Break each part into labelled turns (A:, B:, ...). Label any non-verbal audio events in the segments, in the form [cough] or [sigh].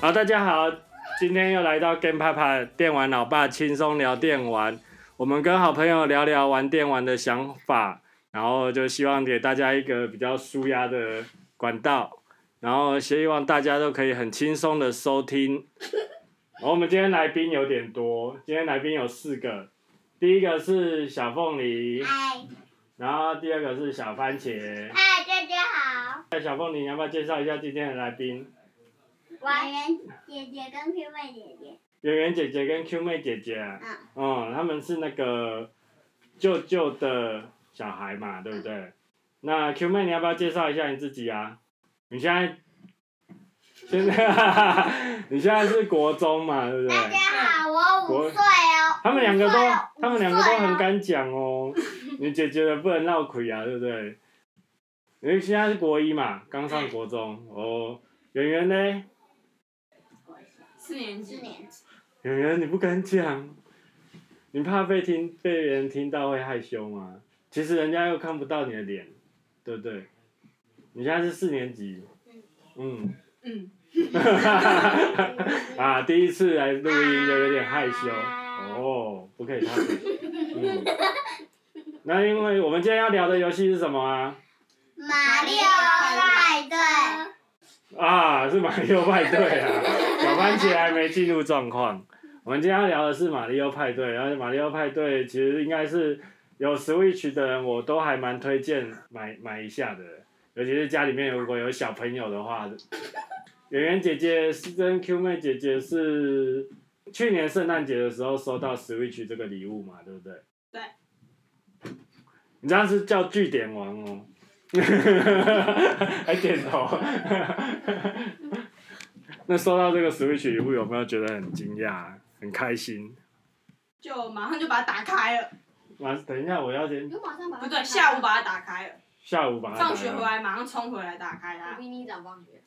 A: 大家好，今天又来到 Game Papa 电玩老爸轻松聊电玩，我们跟好朋友聊聊玩电玩的想法，然后就希望给大家一个比较舒压的管道，然后希望大家都可以很轻松的收听。然后我们今天来宾有点多，今天来宾有四个，第一个是小凤梨，
B: 嗨
A: 然后第二个是小番茄。
B: 嗨，大家好，
A: 那小凤梨，你要不要介绍一下今天的来宾？
B: 婉媛姐姐跟 Q 妹姐姐，
A: 圆圆姐姐跟 Q 妹姐姐啊、
B: 嗯
A: 嗯，他们是那个舅舅的小孩嘛，对不
B: 嗯
A: 对？那 Q 妹，你要不要介绍一下你自己啊？你现在，现在 [laughs] 你现在是国中嘛，对不对？
B: 大家好，我五岁哦。
A: 他们两个
B: 五
A: 都
B: 岁哦，
A: 他们两个都很
B: 五岁哦
A: 敢讲哦。你姐姐的不能闹亏啊，对不对？因为现在是国一嘛，刚上国中哦。圆圆呢？
C: 四年
B: 四
C: 级，
B: 年级，
A: 圆圆，你不敢讲，你怕被听被别人听到会害羞吗？其实人家又看不到你的脸，对不对？你现在是四年级，嗯，
C: 嗯，
A: [laughs] 啊，第一次来录音就有点害羞，
B: 啊
A: 哦，不可以插嘴，嗯。那因为我们今天要聊的游戏是什么啊？
B: 马里奥派对，
A: 啊，是马里奥派对啊，小番茄还没进入状况。我们今天要聊的是马里奥派对，然后马里奥派对其实应该是有 Switch 的人，我都还蛮推荐买买一下的，尤其是家里面如果有小朋友的话。圆圆姐姐是跟 Q 妹姐姐是去年圣诞节的时候收到 Switch 这个礼物嘛，对不对？
C: 对。
A: 你这样是叫据点王哦。 [laughs] 还点头。那收到这个 Switch 礼物有没有觉得很惊讶、很开心？
C: 就马上就把它打开了，
A: 啊，等一下，我要先
D: 有马上把它打
C: 不对，
D: 开
C: 下午把它打开了，
A: 下午把它打开
C: 放学回来马上冲回来啊打开
D: 我
C: 它，
D: 比你早放学，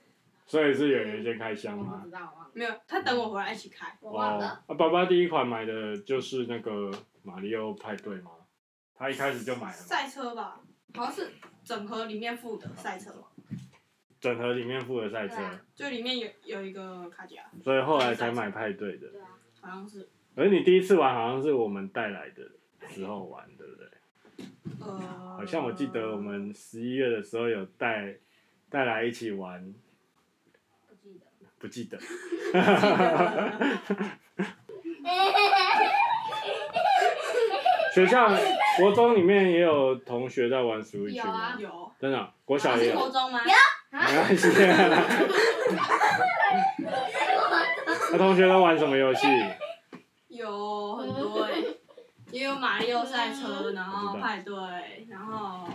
A: 所以是演员先开箱
D: 我
A: 吗
D: 不？知道，我忘了，
C: 没有，他等我回来一起开，
D: 我忘
A: 哦，
D: 了。
A: 啊，爸爸第一款买的就是那个马里奥派对吗？他一开始就买了嘛，
C: 赛车吧，好像是整盒里面附的赛车，
A: 整盒里面附了赛车
D: 对，啊
C: 就里面有有一个卡夹，
A: 所以后来才买派对的。
D: 对啊，
C: 好像是，
A: 而你第一次玩好像是我们带来的时候玩，对不对？
C: 呃，
A: 好像我记得我们十一月的时候有带带来一起玩，
D: 不记得。
A: 不记得。
B: 哦
A: [laughs] 学校国中里面也有同学在玩 Switch
D: 有
A: 吗
D: 啊？
C: 有，
A: 真的啊、国小
C: 啊
A: 也
C: 是
A: 有，
C: 国中吗？
A: 没关系、 [laughs] 那同学都玩什么游戏？
C: 有很多哎、也有马里奥赛车，然
A: 我
C: 后
A: 知道
C: 派对，然后。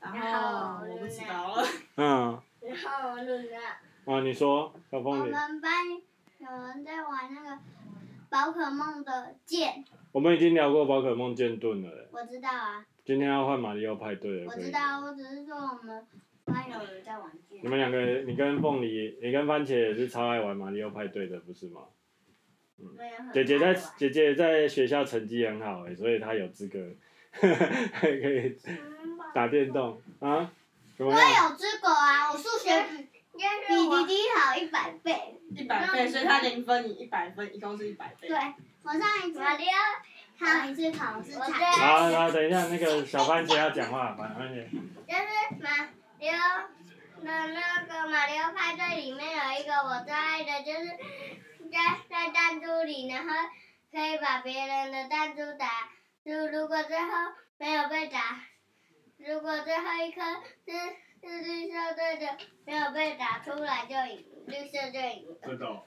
C: 然
B: 然后
C: 后我不知道了，
A: 嗯，
B: 然后了，
A: 啊，你说小
B: 我
A: 凤梨，
B: 们班有人在玩那个宝可梦的剑，
A: 我们已经聊过宝可梦剑盾了耶，
B: 我知道啊，
A: 今天要换马里奥派对了。
B: 我
A: 可以
B: 知
A: 吗
B: 道，我只是说我们班有人在玩剑
A: 你。们两个，你跟凤梨，你跟番茄也是超爱玩马里奥派对的，不是吗？
B: 没有很
A: 姐姐在
B: 爱玩
A: 姐姐在学校成绩很好哎、所以她有资格 [laughs] 还可以打电动啊？怎么
B: 我
A: 样？
B: 有资格啊，我数学比比弟弟好一百倍。
C: 一百倍，所以他零分一百分，一共是一百倍
B: 对。，我上一次考一次考试
D: 我
B: 差，
A: 好，然后等一下那个小番茄要讲话，小番茄。
B: 就是马里奥的那个马里奥派对里面有一个我最爱的，就是在在弹珠里，然后可以把别人的弹珠打，就如果最后没有被打，如果最后一颗是是绿色队的没有被打出来就赢，绿色就赢了。
A: 这个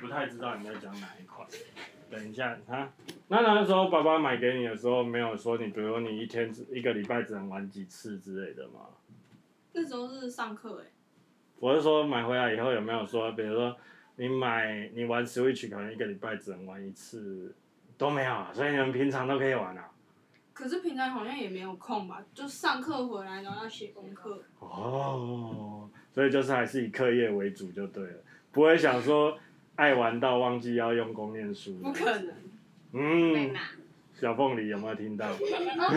A: 不太知道你在讲哪一款。等一下啊，那那时候爸爸买给你的时候，没有说你，比如说你一天只一个礼拜只能玩几次之类的吗？
C: 那时候是上课哎、
A: 我是说买回来以后有没有说，比如说你买你玩 Switch 可能一个礼拜只能玩一次，都没有啊，所以你们平常都可以玩啊。
C: 可是平常好像也没有空吧，就上课回来然后要写功课，
A: 哦，所以就是还是以课业为主就对了，不会想说爱玩到忘记要用功念书。
C: 不可。能。
D: 被
A: 嗯，
D: 骂。
A: 小凤梨有没有听到？
B: 我也没听到，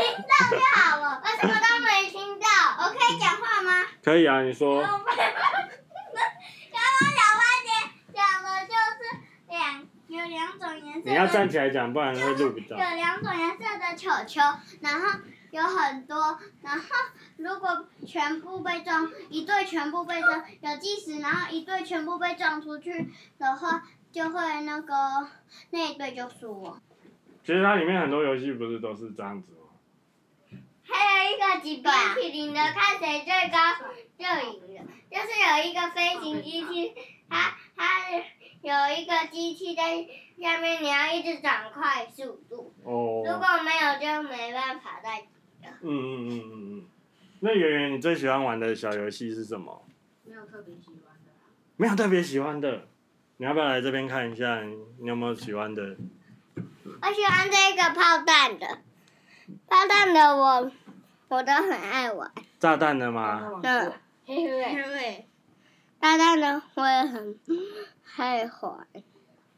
B: 听到就好了。我什么都没听到，我可以讲话吗？
A: 可以啊，你
B: 然后我
A: 说，
B: 小番茄讲的就是两有两种颜色的，
A: 你要站起来讲，不然会录不到。
B: 有两种颜色的球球，然后有很多，然后如果全部被撞，一对全部被撞，有计时，然后一对全部被撞出去的话，就会那个那一队就输了。
A: 其实它里面很多游戏不是都是这样子吗？
B: 还有一个挤冰淇淋的，看谁最高就赢了。就是有一个飞行机器，它它有一个机器在下面，你要一直转快速度，
A: 哦
B: 如果没有就没办法再。
A: 嗯嗯嗯嗯嗯。那圆圆，你最喜欢玩的小游戏是什么？
D: 没有特别喜欢的啦。
A: 没有特别喜欢的，你要不要来这边看一下？你有没有喜欢的？
B: 我喜欢这个炮弹的，炮弹的我我都很爱玩。
A: 炸弹的吗？
D: 啊
B: 那
A: 哦
B: 对，炮弹的我也很爱玩。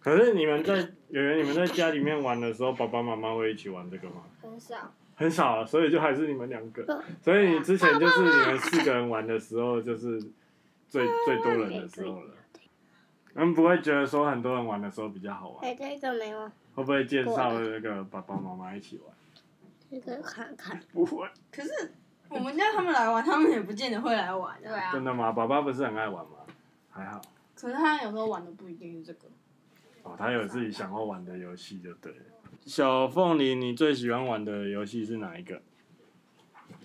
A: 可是你们在圆圆，你们在家里面玩的时候，爸爸妈妈会一起玩这个吗？
D: 很少。
A: 很少啊，所以就还是你们两
B: 对
A: 个。所以你之前就是你们四个人玩的时候，就是最最多人的时候了。你们不会觉得说很多人玩的时候比较好玩？
B: 哎，这个没玩，
A: 会不会介绍那个爸爸妈妈一起玩？
B: 这个看看。
A: 不会，
C: 可是我们叫他们来玩，他们也不见得会来玩
D: 对
C: 啊。
D: 啊
A: 真，的吗？爸爸不是很爱玩吗？还好，
C: 可是他有时候玩的不一定是这个。
A: 哦，他有自己想要玩的游戏就对了。小凤梨，你最喜欢玩的游戏是哪一个？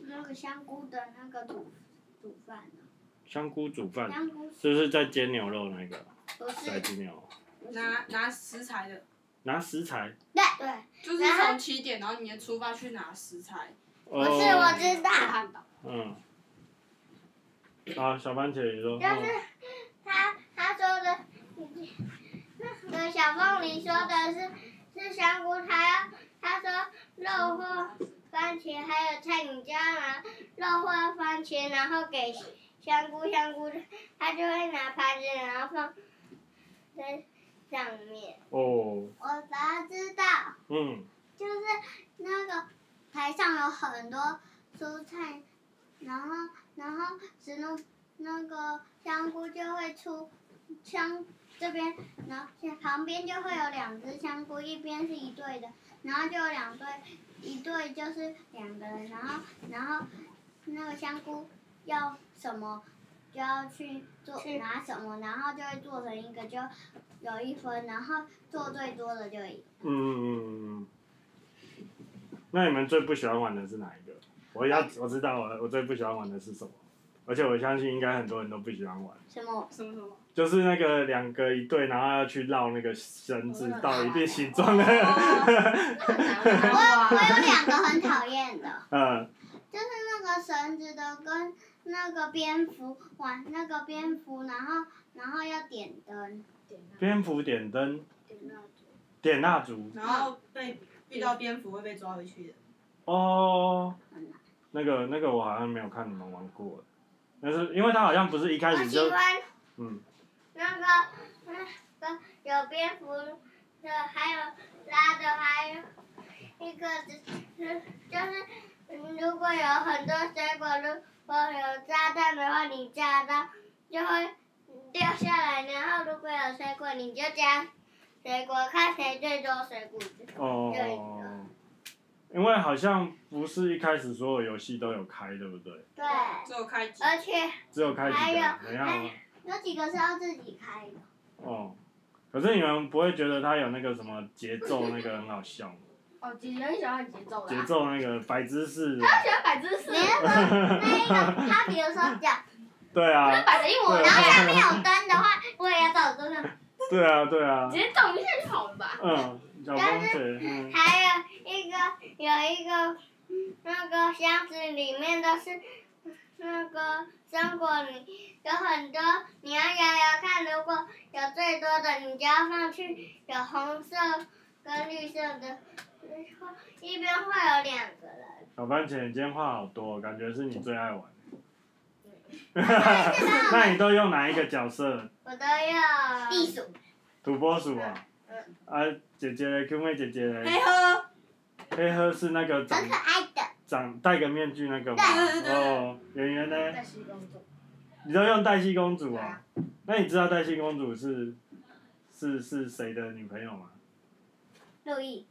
B: 那个香菇的那个煮煮饭的，
A: 香菇煮饭，
B: 香菇嗯
A: 就是在煎牛肉那个，
B: 不是
A: 在煎牛肉，
C: 拿拿食材的，
A: 拿食材。
B: 对对，
C: 就是从七点，然后你的出发去拿食材。
A: 不
B: 不是我知道，
D: 汉堡。
A: 哦嗯，啊好，小番茄，你说。嗯
B: 就是他他说的，那个小凤梨说的是是香菇，他要他说肉或番茄还有菜，你就要拿肉或番茄，然后给香菇香菇，他就会拿盘子，然后放在上面。
A: 哦，
B: 我才知道。
A: 嗯，
B: 就是那个台上有很多蔬菜，然后然后只能那个香菇就会出香这边，然后旁边就会有两只香菇，一边是一对的，然后就有两对，一对就是两个人，然后然后那个香菇要什么就要去做拿什么，然后就会做成一个就有一分，然后做最多的就赢。
A: 嗯嗯嗯嗯。那你们最不喜欢玩的是哪一个？我要我知道我我最不喜欢玩的是什么，而且我相信应该很多人都不喜欢玩，
B: 什么？
C: 什么什么？
A: 就是那个两个一对，然后要去绕哦那个绳子到一定形状的， [laughs]
D: 很难玩
B: 哦我有两个很讨厌的，
A: 嗯，
B: 就是那个绳子的跟那个蝙蝠玩那个蝙蝠，然后然后要点灯，
D: 点蜡
A: 蝙蝠点灯，
D: 点蜡烛。
A: 点蜡烛，
C: 然后被遇到蝙蝠会被抓回去的。
A: 哦
B: 很难。
A: 那个那个我好像没有看你们玩过，但是因为他好像不是一开
B: 我
A: 始
B: 喜
A: 就
B: 欢
A: 嗯
B: 那个 vâng. 那个有蝙蝠的，还有拉的，还有一个就是就是嗯如果有很多水果，如果有炸弹的话，你炸到就会掉下来，然后如果有水果，你就加水果，看谁最多水果。
A: 哦，因为好像不是一开始所有游戏都有开，对不对？
B: 对，
C: 只有开机。
B: 而且
A: 只有开几个，
B: 还有
A: 没有
B: 还有几个是要自己开的。
A: 哦。可是你们不会觉得它有那个什么节奏那个很好笑吗？
D: 哦，姐姐很喜欢节奏啦。
A: 节。奏那个摆姿 [laughs] 势，
D: 她喜欢摆姿势
B: 你。是说
A: [laughs]
B: 那一个，他比如说讲，
A: 对
D: 她
A: 啊，
D: 摆的一模一
B: 然后
D: 样，
B: 下面有灯的话，我也要照着灯。
A: [laughs] 对啊，对啊
D: 直，接动一下就好了吧？
A: 嗯，小公姐，嗯，
B: 还有一个有一个那个箱子里面都是那个生果泥，有很多，你要摇摇看，如果有最多的，你就要放去有红色跟绿色的，一边会有两个人。
A: 小番茄，你今天话好多，感觉是你最爱玩。
B: 那
A: [laughs] 那你都用哪一个角色？
B: 我都要。
D: 地鼠。
A: 土拨鼠啊
C: 呃
B: 嗯？
C: 哎
A: 啊，姐姐嘞，Q 妹姐姐嘞，
C: 呵，
A: 黑鹤是那个长
B: 很可爱的，
A: 长戴个面具那个吗？
C: 对对对
A: 哦，圆圆呢？
D: 但是工作，
A: 你都用黛西公主
D: 对
A: 啊
D: 啊？
A: 那你知道黛西公主是是是谁的女朋友吗？
B: 路易，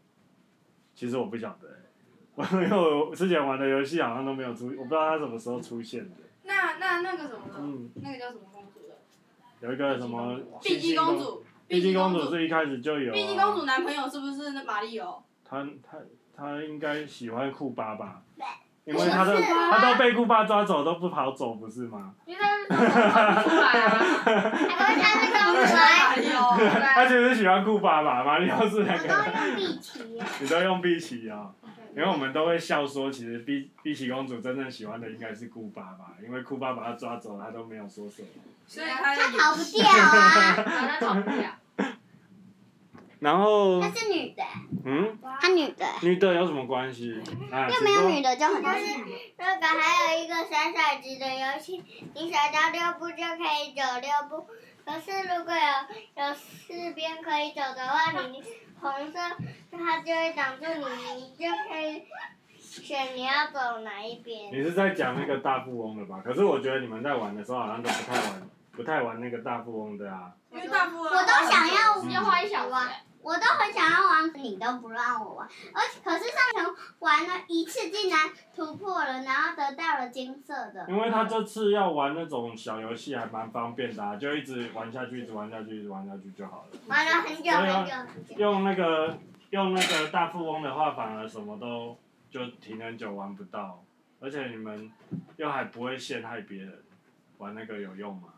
A: 其实我不晓得、 [laughs] 欸，因为我之前玩的游戏好像都没有出，我不知道它什么时候出现的。
C: 那那那个什么的，
A: 嗯，
C: 那个叫什么公主的？
A: 有一个什么
C: 碧姬公，主，
A: 碧姬公主
C: 主，
A: 是一开始就有、啊。
C: 碧姬公主男朋友是不是那哦马里欧？
A: 他他他应该喜欢库巴吧？因
B: 不
A: 为
B: 是啊
A: 他都
D: 啊
B: 吧
A: 他都被库巴抓走，都不跑走，不是吗？
D: 因为他是出来啊，
B: 还不是她是 [laughs] 公主啊
C: 马里欧，
D: 对啊
A: 他其实喜欢库巴吧？马里奥是那
B: [laughs] 我
A: 个，
B: 都用碧琪耶，
A: 你都用碧琪啊、因为我们都会笑说，其实碧碧琪公主真正喜欢的应该是库巴吧，因为库巴把她抓走，她都没有说什么。
C: 所以他
B: 她逃不掉啊，
D: 然后他跑不了，
A: 然后
B: 她是女的，
A: 嗯，
B: 她女的。
A: 女的有什么关系？啊，
B: 又没有女
A: 的。
B: 的就很难。那个还有一个甩骰子的游戏，你甩到六步就可以走六步。可是如果有有四边可以走的话，你红色它就会挡住你，你就可以选你要走哪一边。
A: 你是在讲那个大富翁的吧？可是我觉得你们在玩的时候好像都不太玩，不太玩那个大富翁的啊。
C: 因为大部分
B: 我都想要
D: 要花一小时，
B: 我都很想要玩，你都不让我玩。而且可是上层玩了一次，竟然突破了，然后得到了金色的。
A: 因为他这次要玩那种小游戏还蛮方便的、啊，就一直玩下去，一直玩下去，一直玩下去就好了。
B: 玩了很久很久很久。
A: 用那个用那个大富翁的话，反而什么都就停很久玩不到，而且你们又还不会陷害别人，玩那个有用吗？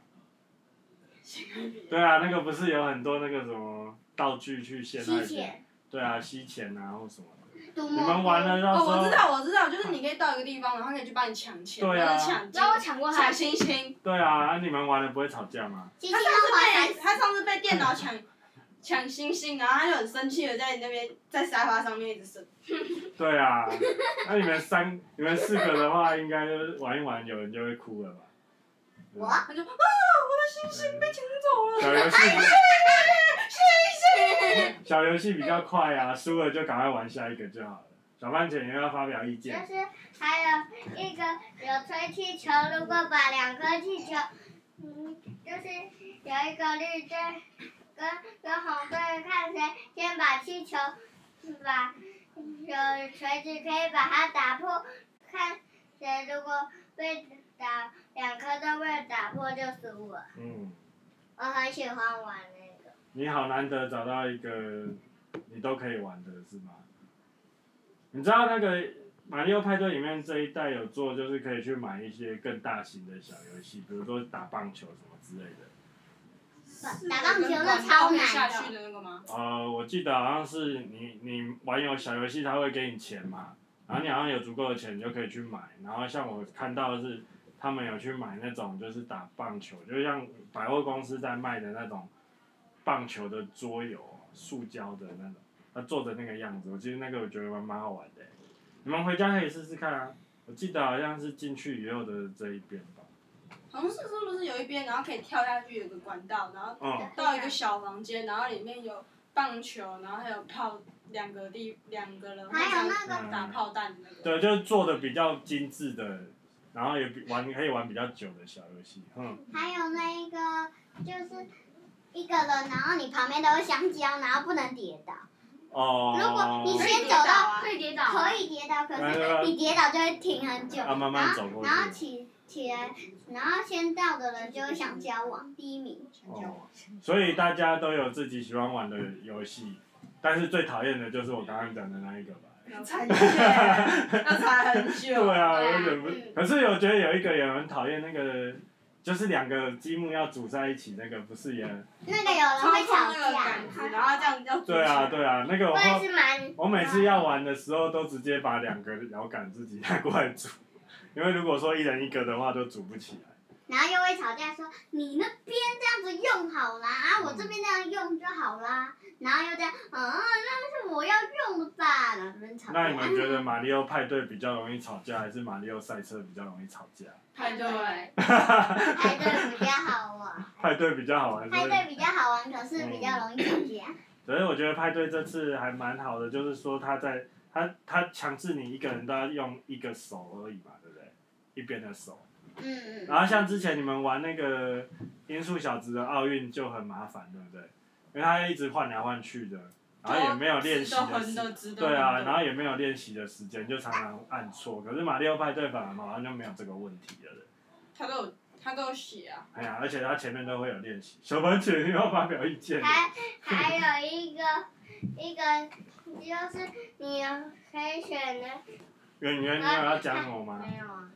A: 对啊，那个不是有很多那个什么道具去陷害
B: 吸
A: 别人？
B: 钱，
A: 对啊，吸钱啊或什么的。
B: 赌
A: 你
B: 博。
A: 们玩了到时
C: 哦，我知
A: 候，
C: 道，我知道，就是你可以到一个地方，然后他可以去帮你抢钱，或
A: 对
C: 者
A: 啊
C: 抢
D: 知
C: 金
D: 道，我抢过他
C: 抢，星星。
A: 对啊，啊你们玩了不会吵架吗？
B: 七七
C: 他
B: 要
C: 上次
B: 花
C: 被
B: 三，
C: 他上次被电脑抢抢星星，然后他就很生气的在你那边在沙发上面一直生。
A: 对啊，那你们三、你们四个的话，应该就是玩一玩，有人就会哭了吧？
B: 我
C: 他就啊，我的星星被抢走了，
A: 小游戏，小游戏比较快啊，输了就赶快玩下一个就好了。小番茄，你要发表意见？
B: 就是还有一个有吹气球，如果把两颗气球，嗯，就是有一个绿队跟跟红队看谁先把气球，把有锤子可以把它打破，看谁如果被打两颗都被打破就输了。
A: 嗯，
B: 我很喜欢玩那个，
A: 你好难得找到一个你都可以玩的是吗？你知道那个马里奥派对里面这一代有做，就是可以去买一些更大型的小游戏，比如说打棒球什么之类的。
B: 打棒球那超难的
C: 下去的那个吗？
A: 呃，我记得好像是你你玩有小游戏，他会给你钱嘛，然后你好像有足够的钱，你就可以去买。然后像我看到的是，他们有去买那种就是打棒球，就像百货公司在卖的那种棒球的桌游，塑胶的那种，他做的那个样子，我其实那个我觉得蛮蛮好玩的欸。你们回家可以试试看啊，我记得好像是进去以后的这一边吧。
C: 好像是是不是有一边，然后可以跳下去，有个管道，然后
A: 嗯，
C: 到一个小房间，然后里面有棒球，然后还有炮，两个地两个人
B: 还有那个
A: 嗯
C: 打炮弹的那个。
A: 对，就是做的比较精致的，然后也比玩可以玩比较久的小游戏，嗯。
B: 还有那一个就是一个人，然后你旁边都是香蕉，然后不能跌倒。
A: 哦。
B: 如果你
C: 可以
B: 先
C: 跌
B: 走
C: 倒
B: 到
D: 欸
C: 啊
D: 可以跌倒，
B: 嗯可以跌倒，可是你跌倒就会停很久，
A: 要慢慢走过去
B: 然后起起来，然后先到的人就会想交往第一名。
A: 哦，所以大家都有自己喜欢玩的游戏，但是最讨厌的就是我刚刚讲的那一个吧。
C: 要踩很久，要踩
A: [laughs]
C: 很
A: 对啊，
C: 久。
D: 对啊
A: 我忍不。
D: 嗯
A: 可是我觉得有一个也很讨厌那个，就是两个积木要组在一起那个，不是也？
B: 那个有人
C: 操
B: 会
C: 控
B: 吵
C: 那个杆子，然后
B: 架，
C: 这样要
A: 对啊，对啊，那个我
B: 我也是蛮
A: 我每次要玩的时候都直接把两个摇杆自己拿过来组， [laughs] 因为如果说一人一个的话都组不起来。
B: 然后又会吵架说你那边这样子用好啦，
A: 嗯
B: 啊我这边这样用就好啦，然后又这样，嗯，那是我要用的吧，然后人吵架。
A: 那你们觉得马里奥派对比较容易吵架，还是马里奥赛车比较容易吵架？
C: 排队，
B: 排队比较好玩，
A: 派对比较好玩，所
B: 排
A: 以
B: 队比较好玩，可是比较容易吵架。啊
A: 所以我觉得派对这次还蛮好的，就是说他在他他他强制你一个人都要用一个手而已嘛，对不对？一边的手。
B: 嗯嗯
A: 然后像之前你们玩那个音速小子的奥运就很麻烦，对不对？因为他一直换来换去的，然后也没有练习
C: 直
A: 的
C: 横
A: 时
C: 的直的
A: 对啊，
C: 横的
A: 然后也没有练习的时间，就常常按错。可是马里奥派对反而好像就没有这个问题了。
C: 他都有他都有写啊，
A: 哎呀，而且他前面都会有练习。小番茄，你要发表意见
B: 嗯，。还还有一个一个就是你可以选的，
A: 圆圆，你有要讲什么吗？
D: 没有啊，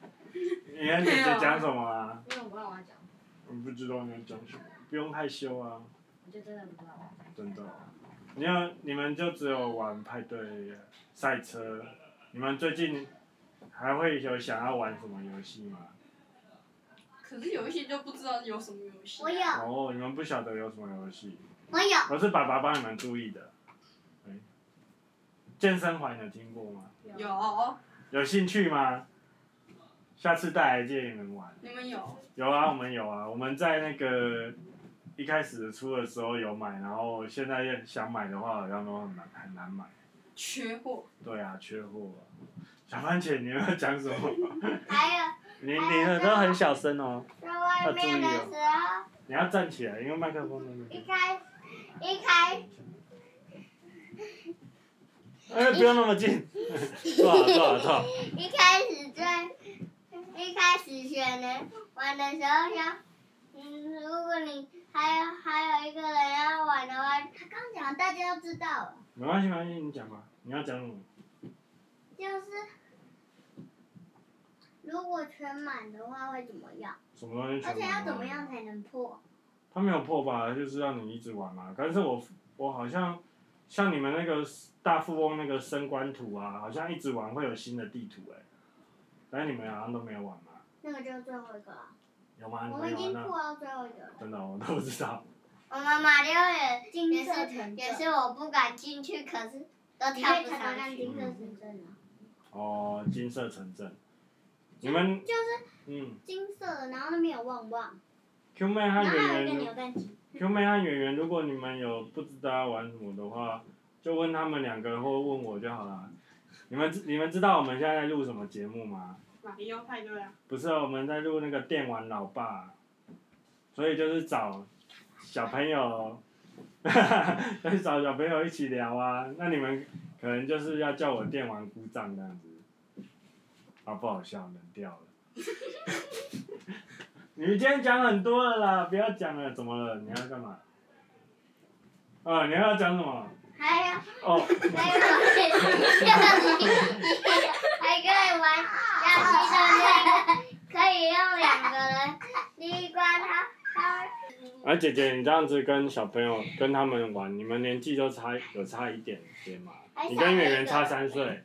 A: 圆圆姐姐讲什么啊？
D: 因为我不知道我要讲什么，
A: 我不知道你要讲什么，不用害羞啊，
D: 我就真的不知道我要讲什么。
A: 真的。你要你们就只有玩派对赛车，你们最近还会有想要玩什么游戏吗？
C: 可是有一些就不知道有什么游戏啊。
B: 我有
A: 哦，你们不晓得有什么游戏，
B: 我有，
A: 我是爸爸帮你们注意的。哎健身环有听过吗？
C: 有，
A: 有兴趣吗？下次带来借你们玩。
C: 你们有？
A: 有啊，我们有啊，我们在那个一开始出的时候有买，然后现在要想买的话好像都很难很难买。
C: 缺货，
A: 对啊，缺货、啊。小番茄，你要讲什么？
B: 还有
A: 你你的都很小声哦，
B: 在外面的时候，
A: 你要站起来，因为麦克风在那
B: 一
A: 边。
B: 开一开
A: 哎、不要那么近， [laughs] 坐好坐好坐好。啊
B: 一开始在一开始选人玩的时候要，嗯，如果你还有还有一个人要玩的话，他刚讲大家都知道了，
A: 没关系没关系，你讲吧，你要讲什么？
B: 就是如果全满的话会怎么样？
A: 什么东西
B: 而
A: 全部
B: 且
A: 都
B: 要怎么
A: 玩
B: 样才能破？
A: 他没有破吧，就是让你一直玩嘛。但是我我好像像你们那个大富翁那个升官图啊，好像一直玩会有新的地图哎、但是你们好像都没有玩嘛，
B: 那个就是最后一个了，
A: 有吗？你
B: 我
A: 们
B: 们已
A: 有
B: 经
A: 玩
B: 破
A: 到？
B: 到最后一个了。
A: 真的哦我都不知道。
B: 我们马六也
D: 金色城
B: 也
D: 镇，
B: 是我不敢进去，可是都
D: 你可
B: 跳
D: 以
B: 不
D: 常常
B: 上
D: 看
B: 去。
D: 金色城镇啊。
A: 哦，金色城镇，你们
B: 就是
A: 嗯
B: 金色的，然后那边有旺旺，
A: ，Q 妹和
D: 然后还有
A: 圆
D: 一个
A: 圆
D: 扭蛋机，
A: ，Q 妹和圆圆，如果你们有不知道要玩什么的话，就问他们两个或问我就好了。你们知你们知道我们现在在录什么节目吗？
C: 马里奥派对啊，
A: 不是、啊，我们在录那个电玩老爸，啊所以就是找小朋友， [laughs] 就是找小朋友一起聊啊。那你们可能就是要叫我电玩姑丈这样子，啊，不好笑，冷掉了。 [laughs] 你们今天讲很多了啦，不要讲了，怎么了？你要干嘛？啊，你要讲什么？
B: 还有
A: 哦，
B: 还有还可以玩洋基的那个，可以用两个人。第一关他他
A: 啊，姐姐，你这样子跟小朋友跟他们玩，你们年纪都差有差一点点嘛？你跟圆圆差三岁，
C: 嗯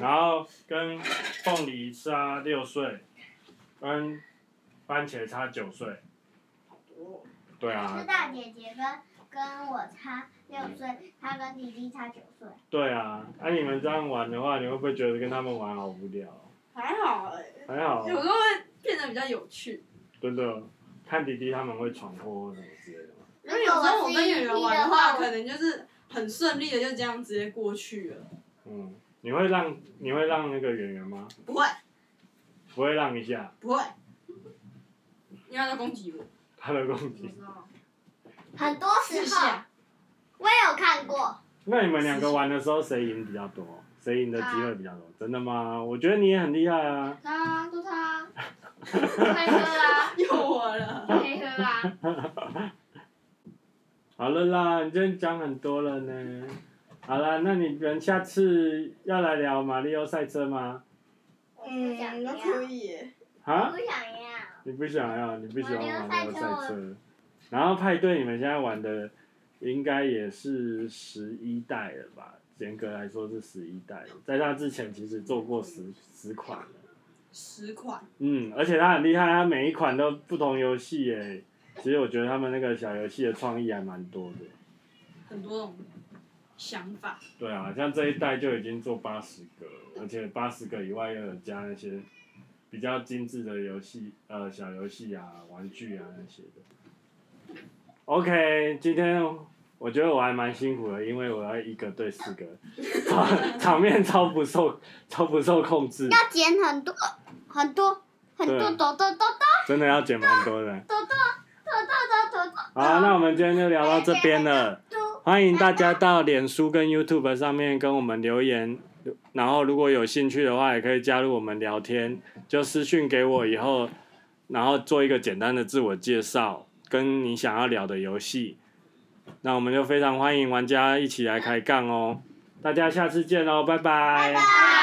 A: 然后跟凤梨差六岁，跟番茄差九岁。对
B: 是
A: 啊，
B: 大姐姐跟跟我差六
C: 嗯
B: 岁，她跟弟弟差九岁。
A: 对啊，那、你们这样玩的话，你会不会觉得跟他们玩好无聊？
C: 还好哎、
A: 还好，
C: 有时候会变得比较有趣。
A: 真的，看弟弟他们会闯祸或什么之类的吗？
C: 因为有时候我跟演员玩的话，
B: 我
C: 可能就是很顺利的就这样直接过去了。
A: 嗯，你会让你会让那个圆圆吗？
C: 不会，
A: 不会让一下，
C: 不会，因为他在攻击我。
A: 他的攻
D: 不
A: 击。
D: 知道。
B: 很多时
C: 四
B: 候
C: [laughs] 下，
B: 我也有看过，
A: 那你们两个玩的时候，谁赢比较多？谁赢的机会比较多？真的吗？我觉得你也很厉害啊！
D: 他都他， [laughs] 开车啦，
C: 又我了。
D: 开车啦。
A: 好了啦，你今天讲很多了呢。好啦，那你们下次要来聊马里奥赛车吗？
B: 我不想要，
C: 嗯以耶。
B: 我
A: 啊？
B: 不想要。
A: 你不想要，你不喜欢马里奥
B: 马里奥
A: 赛
B: 赛
A: 车。然后派对，你们现在玩的应该也是十一代了吧？严格来说是十一代，在那之前其实做过十十款了。
C: 十款，
A: 嗯，而且他很厉害，他每一款都不同游戏耶。其实我觉得他们那个小游戏的创意还蛮多的。
C: 很多种想法。
A: 对啊，像这一代就已经做八十个了，而且八十个以外又有加那些比较精致的游戏，呃，小游戏啊、玩具啊那些的。OK，今天我觉得我还蛮辛苦的，因为我要一个对四个，场场面超不受超不受控
C: 嗯
A: 制，
B: 要剪很多很多很多
A: 对
B: 朵朵朵朵
A: 真的要剪蛮多的。
B: 朵朵朵朵朵朵朵。
A: 好啊，那我们今天就聊到这边了。
B: 嘟
A: 欢迎大家到脸书跟 YouTube 上面跟我们留言，然后如果有兴趣的话，也可以加入我们聊天，就私讯给我以后，然后做一个简单的自我介绍，跟你想要聊的游戏。那我们就非常欢迎玩家一起来开杠哦，大家下次见喽，拜拜
B: 拜。
C: [laughs]